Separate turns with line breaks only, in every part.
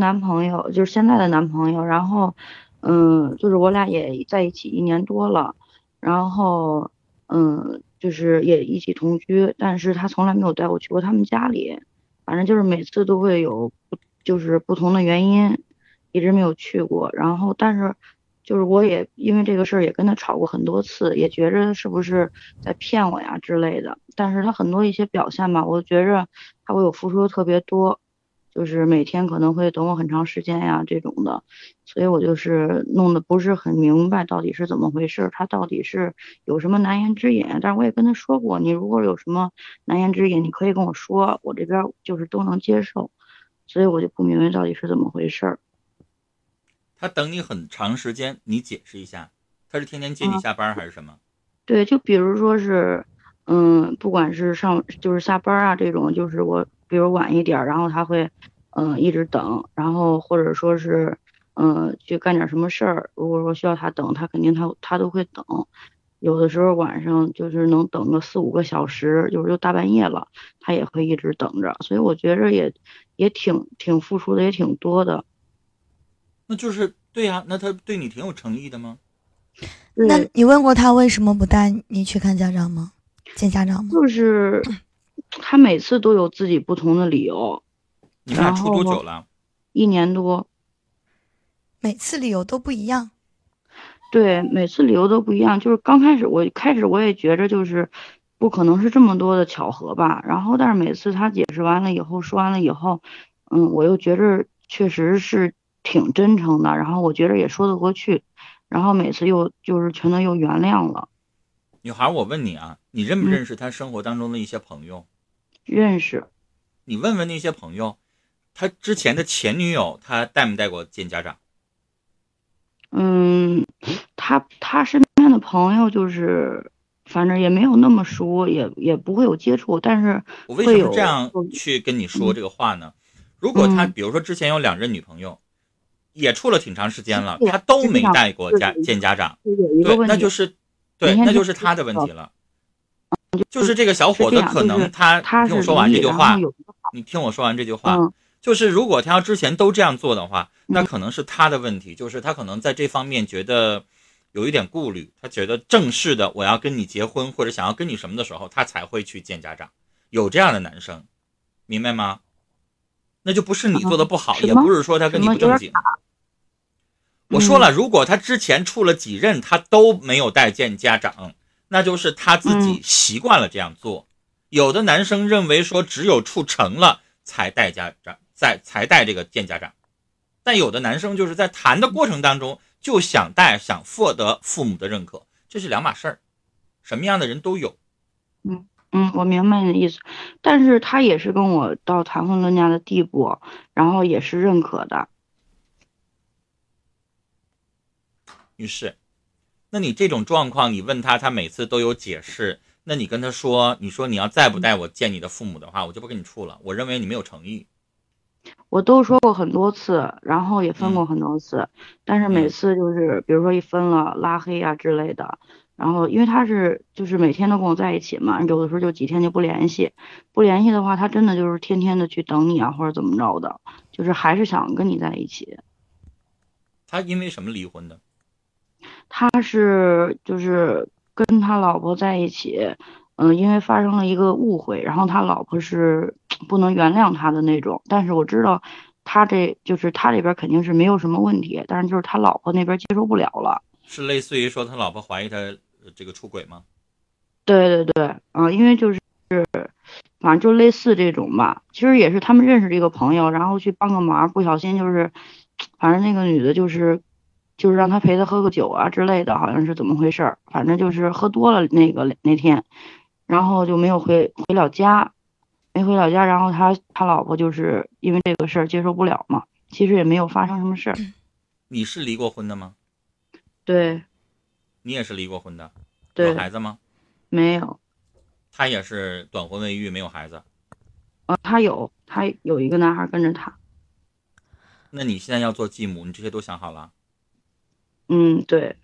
男朋友，就是现在的男朋友，然后，嗯，就是我俩也在一起一年多了，然后，嗯，就是也一起同居，但是他从来没有带我去过他们家里，反正就是每次都会有不，就是不同的原因，一直没有去过。然后，但是就是我也因为这个事儿也跟他吵过很多次，也觉着是不是在骗我呀之类的。但是他很多一些表现吧，我觉着他为我付出的特别多，就是每天可能会等我很长时间呀这种的，所以我就是弄得不是很明白到底是怎么回事儿，他到底是有什么难言之隐。但是我也跟他说过，你如果有什么难言之隐，你可以跟我说，我这边儿就是都能接受。所以我就不明白到底是怎么回事儿。
他等你很长时间，你解释一下，他是天天接你
嗯
下班还是什么？
对，就比如说是，嗯，不管是上就是下班啊这种，就是我比如晚一点儿，然后他会，嗯，一直等，然后或者说是，嗯，去干点什么事儿。如果说需要他等，他肯定他他都会等。有的时候晚上就是能等个四五个小时，有时候大半夜了，他也会一直等着。所以我觉着也也挺挺付出的，也挺多的。
那就是对呀、那他对你挺有诚意的吗？
对
那你问过他为什么不带你去看家长吗？见家长吗？
就是他每次都有自己不同的理由，
你们俩
然
处
后
多
呢
久了？
一年多，
每次理由都不一样。
对，每次理由都不一样。就是刚开始我开始我也觉着就是不可能是这么多的巧合吧，然后但是每次他解释完了以后，说完了以后，嗯，我又觉着确实是挺真诚的，然后我觉着也说得过去，然后每次又就是全都又原谅了，
女孩，我问你啊，你认不
嗯
认识他生活当中的一些朋友？
认识
你问问那些朋友，他之前的前女友，他带没带过见家长？
嗯，他他身边的朋友就是，反正也没有那么熟，也也不会有接触，但是
我为什
会
么
有
这样
会
去跟你说这个话呢？如果他
嗯
比如说之前有两任女朋友，也处了挺长时间了，
对
他都
是
没
这样
带过
对
家
对
见家长，
有一个
对，
问
那
题，
就是对，
每天
那就
都是
是他的
这
问
个
题了。就是这个小伙
嗯是
子
这样
可
就
能
是
他，
他
你听我
是
说完
离
这句
然
话
后，有一个
你听我说完这句话，
嗯
就是如果他要之前都这样做的话，那可能是他的问题，就是他可能在这方面觉得有一点顾虑，他觉得正式的我要跟你结婚或者想要跟你什么的时候，他才会去见家长。有这样的男生，明白吗？那就不是你做的不好，
啊什
也
么
不是说他跟你
什么
不正
有嗯
经。我说了，如果他之前处了几任，他都没有带见家长，那就是他自己习惯了这样做。有的男生认为说，只有处成了才带家长，在才带这个见家长，但有的男生就是在谈的过程当中就想带，想获得父母的认可，这是两码事儿。什么样的人都有，
嗯，我明白你的意思，但是他也是跟我到谈婚论嫁的地步，然后也是认可的，
女士，那你这种状况，你问他，他每次都有解释。那你跟他说，你说你要再不带我见你的父母的话，我就不跟你处了。我认为你没有诚意。
我都说过很多次，然后也分过很多次，但是每次就是比如说一分了拉黑啊之类的，然后因为他是就是每天都跟我在一起嘛，有的时候就几天就不联系，不联系的话，他真的就是天天的去等你啊或者怎么着的，就是还是想跟你在一起。
他因为什么离婚的？
他是就是跟他老婆在一起，嗯，因为发生了一个误会，然后他老婆是不能原谅他的那种。但是我知道他这就是他这边肯定是没有什么问题，但是就是他老婆那边接受不了了。
是类似于说他老婆怀疑他呃这个出轨吗？
对对对，啊、因为就是反正就类似这种吧。其实也是他们认识这个朋友，然后去帮个忙，不小心就是，反正那个女的就是，就是让他陪她喝个酒啊之类的，好像是怎么回事儿。反正就是喝多了那个那天，然后就没有回回了家，没回了家，然后他他老婆就是因为这个事儿接受不了嘛。其实也没有发生什么事儿，
你是离过婚的吗？
嗯对
你也是离过婚的，有
对，
孩子吗？
没有，
他也是短婚未育，没有孩子。
呃，他有他有一个男孩跟着他，
那你现在要做继母，你这些都想好了？
嗯，对，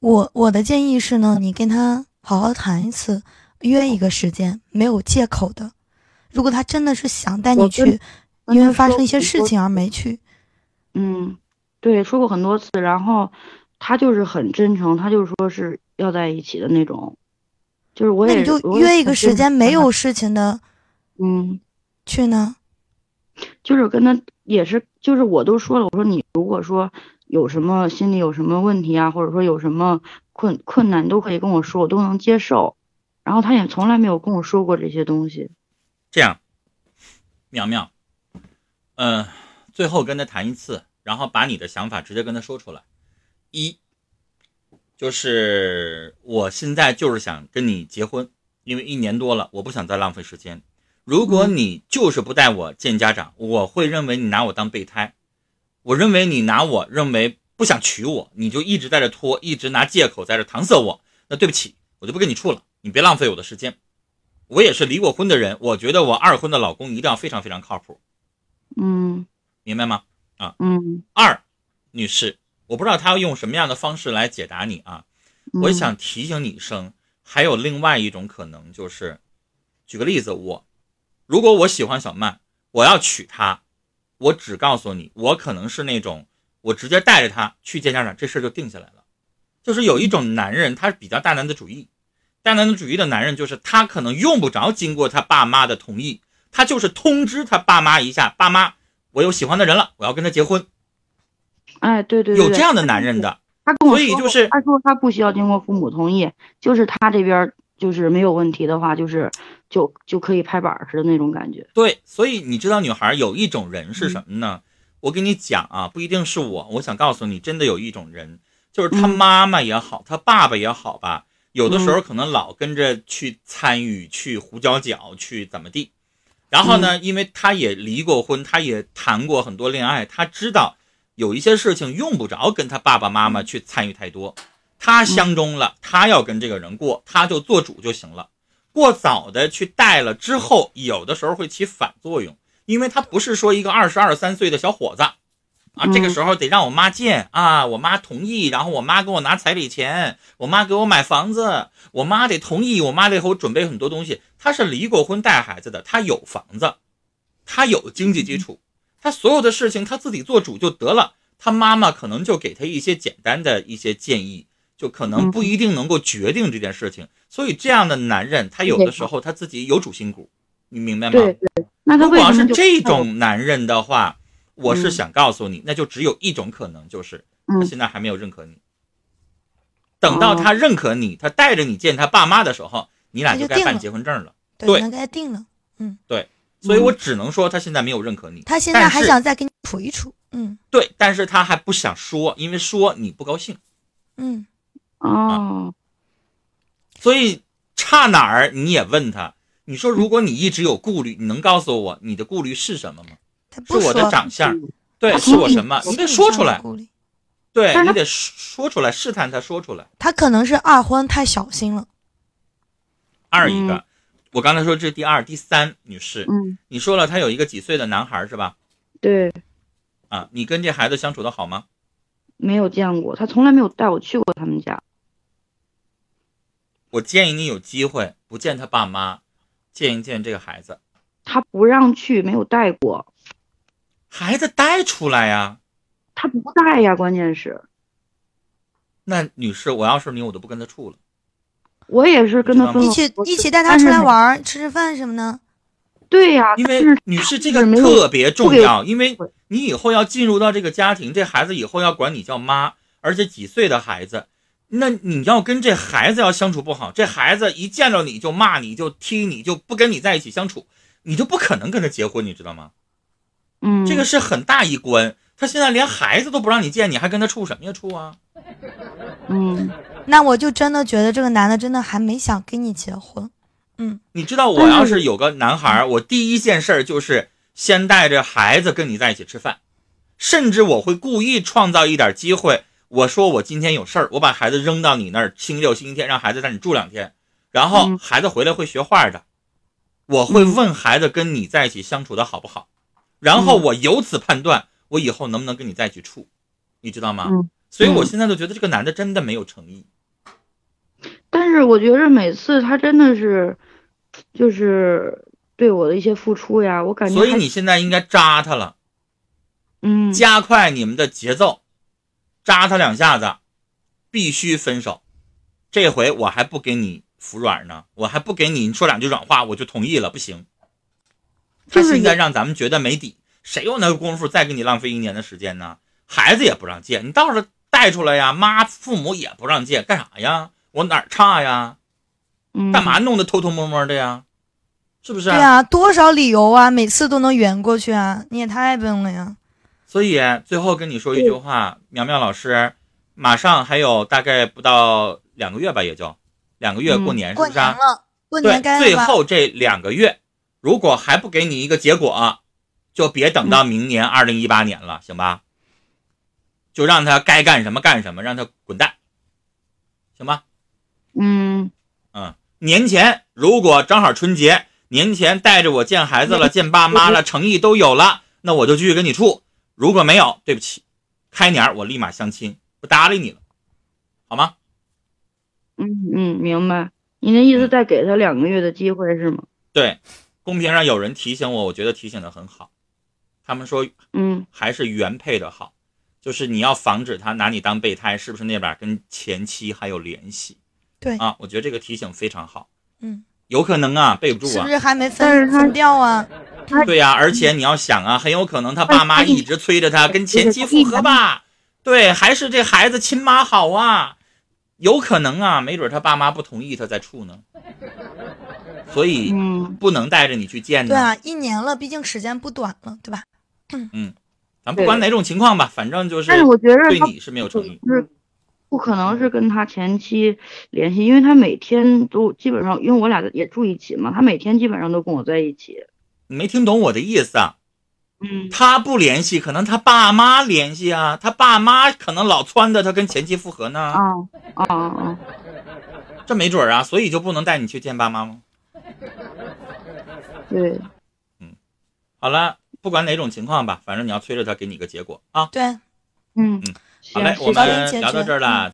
我我的建议是呢，你跟他好好谈一次，约一个时间，没有借口的。如果他真的是想带你
我跟
去
跟
因为
他嗯
发
说
生一些
过
事
多
情而没去。
嗯，对，说过很多次，然后他就是很真诚，他就说是要在一起的那种，就是我
那
也
你就
我也
约一
很
个
真
时
诚
间
跟
没
他
有事情的
嗯，
去呢？
就是跟他也是，就是我都说了，我说你如果说有什么心里有什么问题啊，或者说有什么困困难，都可以跟我说，我都能接受。然后他也从来没有跟我说过这些东西。
这样，苗苗，嗯、最后跟他谈一次，然后把你的想法直接跟他说出来。一，就是我现在就是想跟你结婚，因为一年多了，我不想再浪费时间。如果你就是不带我见家长，我会认为你拿我当备胎，我认为你拿我认为不想娶我，你就一直在这拖，一直拿借口在这搪塞我。那对不起，我就不跟你处了，你别浪费我的时间。我也是离过婚的人，我觉得我二婚的老公一定要非常非常靠谱，
嗯
明白吗？
嗯，
二，女士，我不知道他要用什么样的方式来解答你啊，我
嗯
想提醒你一声，还有另外一种可能就是，举个例子，我如果我喜欢小曼，我要娶她，我只告诉你，我可能是那种我直接带着她去见家长，这事儿就定下来了。就是有一种男人，他是比较大男子主义，大男子主义的男人就是他可能用不着经过他爸妈的同意，他就是通知他爸妈一下，爸妈，我有喜欢的人了，我要跟他结婚，
哎，对对对，
有
对
这样的男人的。
他跟我
所以
说
就
过
是
他说他不需要经过父母同意，就是他这边儿就是没有问题的话，就是就就可以拍板儿似的那种感觉。
对，所以你知道女孩有一种人是什么呢？我跟你讲啊，不一定是我，我想告诉你，真的有一种人，就是他
嗯
妈妈也好，他爸爸也好吧，有的时
嗯
候可能老跟着去参与、去胡搅搅、去怎么地。然后
嗯
呢，因为他也离过婚，他也谈过很多恋爱，他知道有一些事情用不着跟他爸爸妈妈
嗯
去参与太多。他相中了，他要跟这个人过，他就做主就行了。过早的去带了之后，有的时候会起反作用，因为他不是说一个二十二三岁的小伙子，啊，
嗯
这个时候得让我妈见啊，我妈同意，然后我妈给我拿彩礼钱，我妈给我买房子，我妈得同意，我妈得给我准备很多东西。他是离过婚带孩子的，他有房子，他有经济基础，他所有的事情他自己做主就得了。他妈妈可能就给他一些简单的一些建议，就可能
嗯
不一定能够决定这件事情。所以这样的男人，他有的时候他自己有主心骨，你明白吗？
对对，那他
如果
为
要
什
是
么就
这种男人的话，我是
嗯
想告诉你，那就只有一种可能，就是
嗯
他现在还没有认可你。等到
哦
他认可你，他带着你见他爸妈的时候，你俩
那
就
就
该
定
办
了
结婚证了。对
对，那该定了。嗯，
所以我只能说，他现在没有认可你。
他现在
但
还
是
想再跟你处一处。嗯
对，但是他还不想说，因为说你不高兴，
嗯，
啊
哦，
所以差哪儿你也问他。你说，如果你一直有顾虑，你能告诉我你的顾虑是什么吗？
他不
是我
说。
的长相，
嗯
对，
他
是
同
我
意
什么？
心
你
理
得说
上
出
的
来，
顾虑
对
但是
你
他
得说出来，试探他说出来。
他可能是二婚太小心了。
二一个，
嗯
我刚才说这是第二、第三，女士，
嗯，
你说了他有一个几岁的男孩是吧？
对，
啊，你跟这孩子相处的好吗？
没有见过，他从来没有带我去过他们家。
我建议你有机会不见他爸妈，见一见这个孩子，
他不让去，没有带过，
孩子带出来呀、
他不带呀，关键是
那女士，我要是你，我都不跟他处了。
我也是跟他分
嗯
了
一起
哦我
一
是
起带他
但
出
是
来
每
玩儿、吃吃饭什么的。
对呀、
因
但
为
是
女士这
就
个
是没有
特别重要，因为
对
你以后要进入到这个家庭，这孩子以后要管你叫妈，而且几岁的孩子，那你要跟这孩子要相处不好，这孩子一见着你就骂你就踢你就不跟你在一起相处，你就不可能跟他结婚，你知道吗？
嗯，
这个是很大一关，他现在连孩子都不让你见，你还跟他处什么呀处啊？
嗯，
那我就真的觉得这个男的真的还没想跟你结婚。嗯，
你知道我要是有个男孩儿，我第一件事儿就是先带着孩子跟你在一起吃饭，甚至我会故意创造一点机会，我说我今天有事儿，我把孩子扔到你那儿，星期六、星期天让孩子在你住两天，然后
嗯
孩子回来会学画的，我会问孩子跟你在一起相处的好不好，然
嗯
后我由此判断我以后能不能跟你在一起处，你知道吗
嗯？
所以我
嗯
现在就觉得这个男的真的没有诚意。
但是我觉着每次他真的是，就是对我的一些付出呀，我感觉
所以
呃还
你现在应该扎他了，
嗯
加快你们的节奏，扎他两下子，必须分手。这回我还不给你服软呢，我还不给你说两句软话，我就同意了，不行。他
就是
现在
也
让咱们觉得没底，谁有那个功夫再给你浪费一年的时间呢？孩子也不让见，你倒是带出来呀，妈父母也不让见，干啥呀？我哪儿差呀？
嗯
干嘛弄得偷偷摸摸的呀？是不是、
对啊，多少理由啊，每次都能圆过去啊，你也太笨了呀！
所以最后跟你说一
嗯
句话，苗苗老师，马上还有大概不到两个月吧，也就两个月
嗯
过年、是
过
不是、
年
啊？
了，过
对
年，该
最
了吧？
后这两个月，如果还不给你一个结果，啊就别等
嗯
到明年二零一八年了，行吧？就让他该干什么干什么，让他滚蛋，行吧？
嗯
嗯，年前如果正好春节，年前带着我见孩子了，见爸妈了，诚意都有了，那我就继续跟你处。如果没有，对不起，开年儿我立马相亲，不搭理你了，好吗？
嗯嗯，明白。你的
嗯
意思再给他两个月的机会是吗？
对，公屏上有人提醒我，我觉得提醒的很好。他们说
嗯
还是原配的好，就是你要防止他拿你当备胎，是不是那边儿跟前妻还有联系？
对
啊，我觉得这个提醒非常好。
嗯，
有可能啊，备不住
是
啊嗯
不。是还没
但
分
是他
分掉啊？
对呀、而且你要想啊，很有可能他爸妈一直催着他跟前妻复合吧，对，还是这孩子亲妈好啊，有可能啊，没准他爸妈不同意他再处呢，所以
嗯
不能带着你去见
对
呢。
啊，一年了，毕竟时间不短了，对吧？
咱不管哪种情况吧，反正就是
但是我觉得
对
他
你是没有诚意。
是不可能
嗯
是跟他前妻联系，因为他每天都基本上，因为我俩也住一起嘛，他每天基本上都跟我在一起。
你没听懂我的意思啊？
嗯
他不联系，可能他爸妈联系啊，他爸妈可能老撺掇他跟前妻复合呢，
啊啊啊！
这没准儿啊，所以就不能带你去见爸妈吗？
对，
好了，不管哪种情况吧，反正你要催着他给你个结果啊。
对，
嗯
好嘞，
谢
我
谢
早点
们
解
聊到
决嗯
这儿了，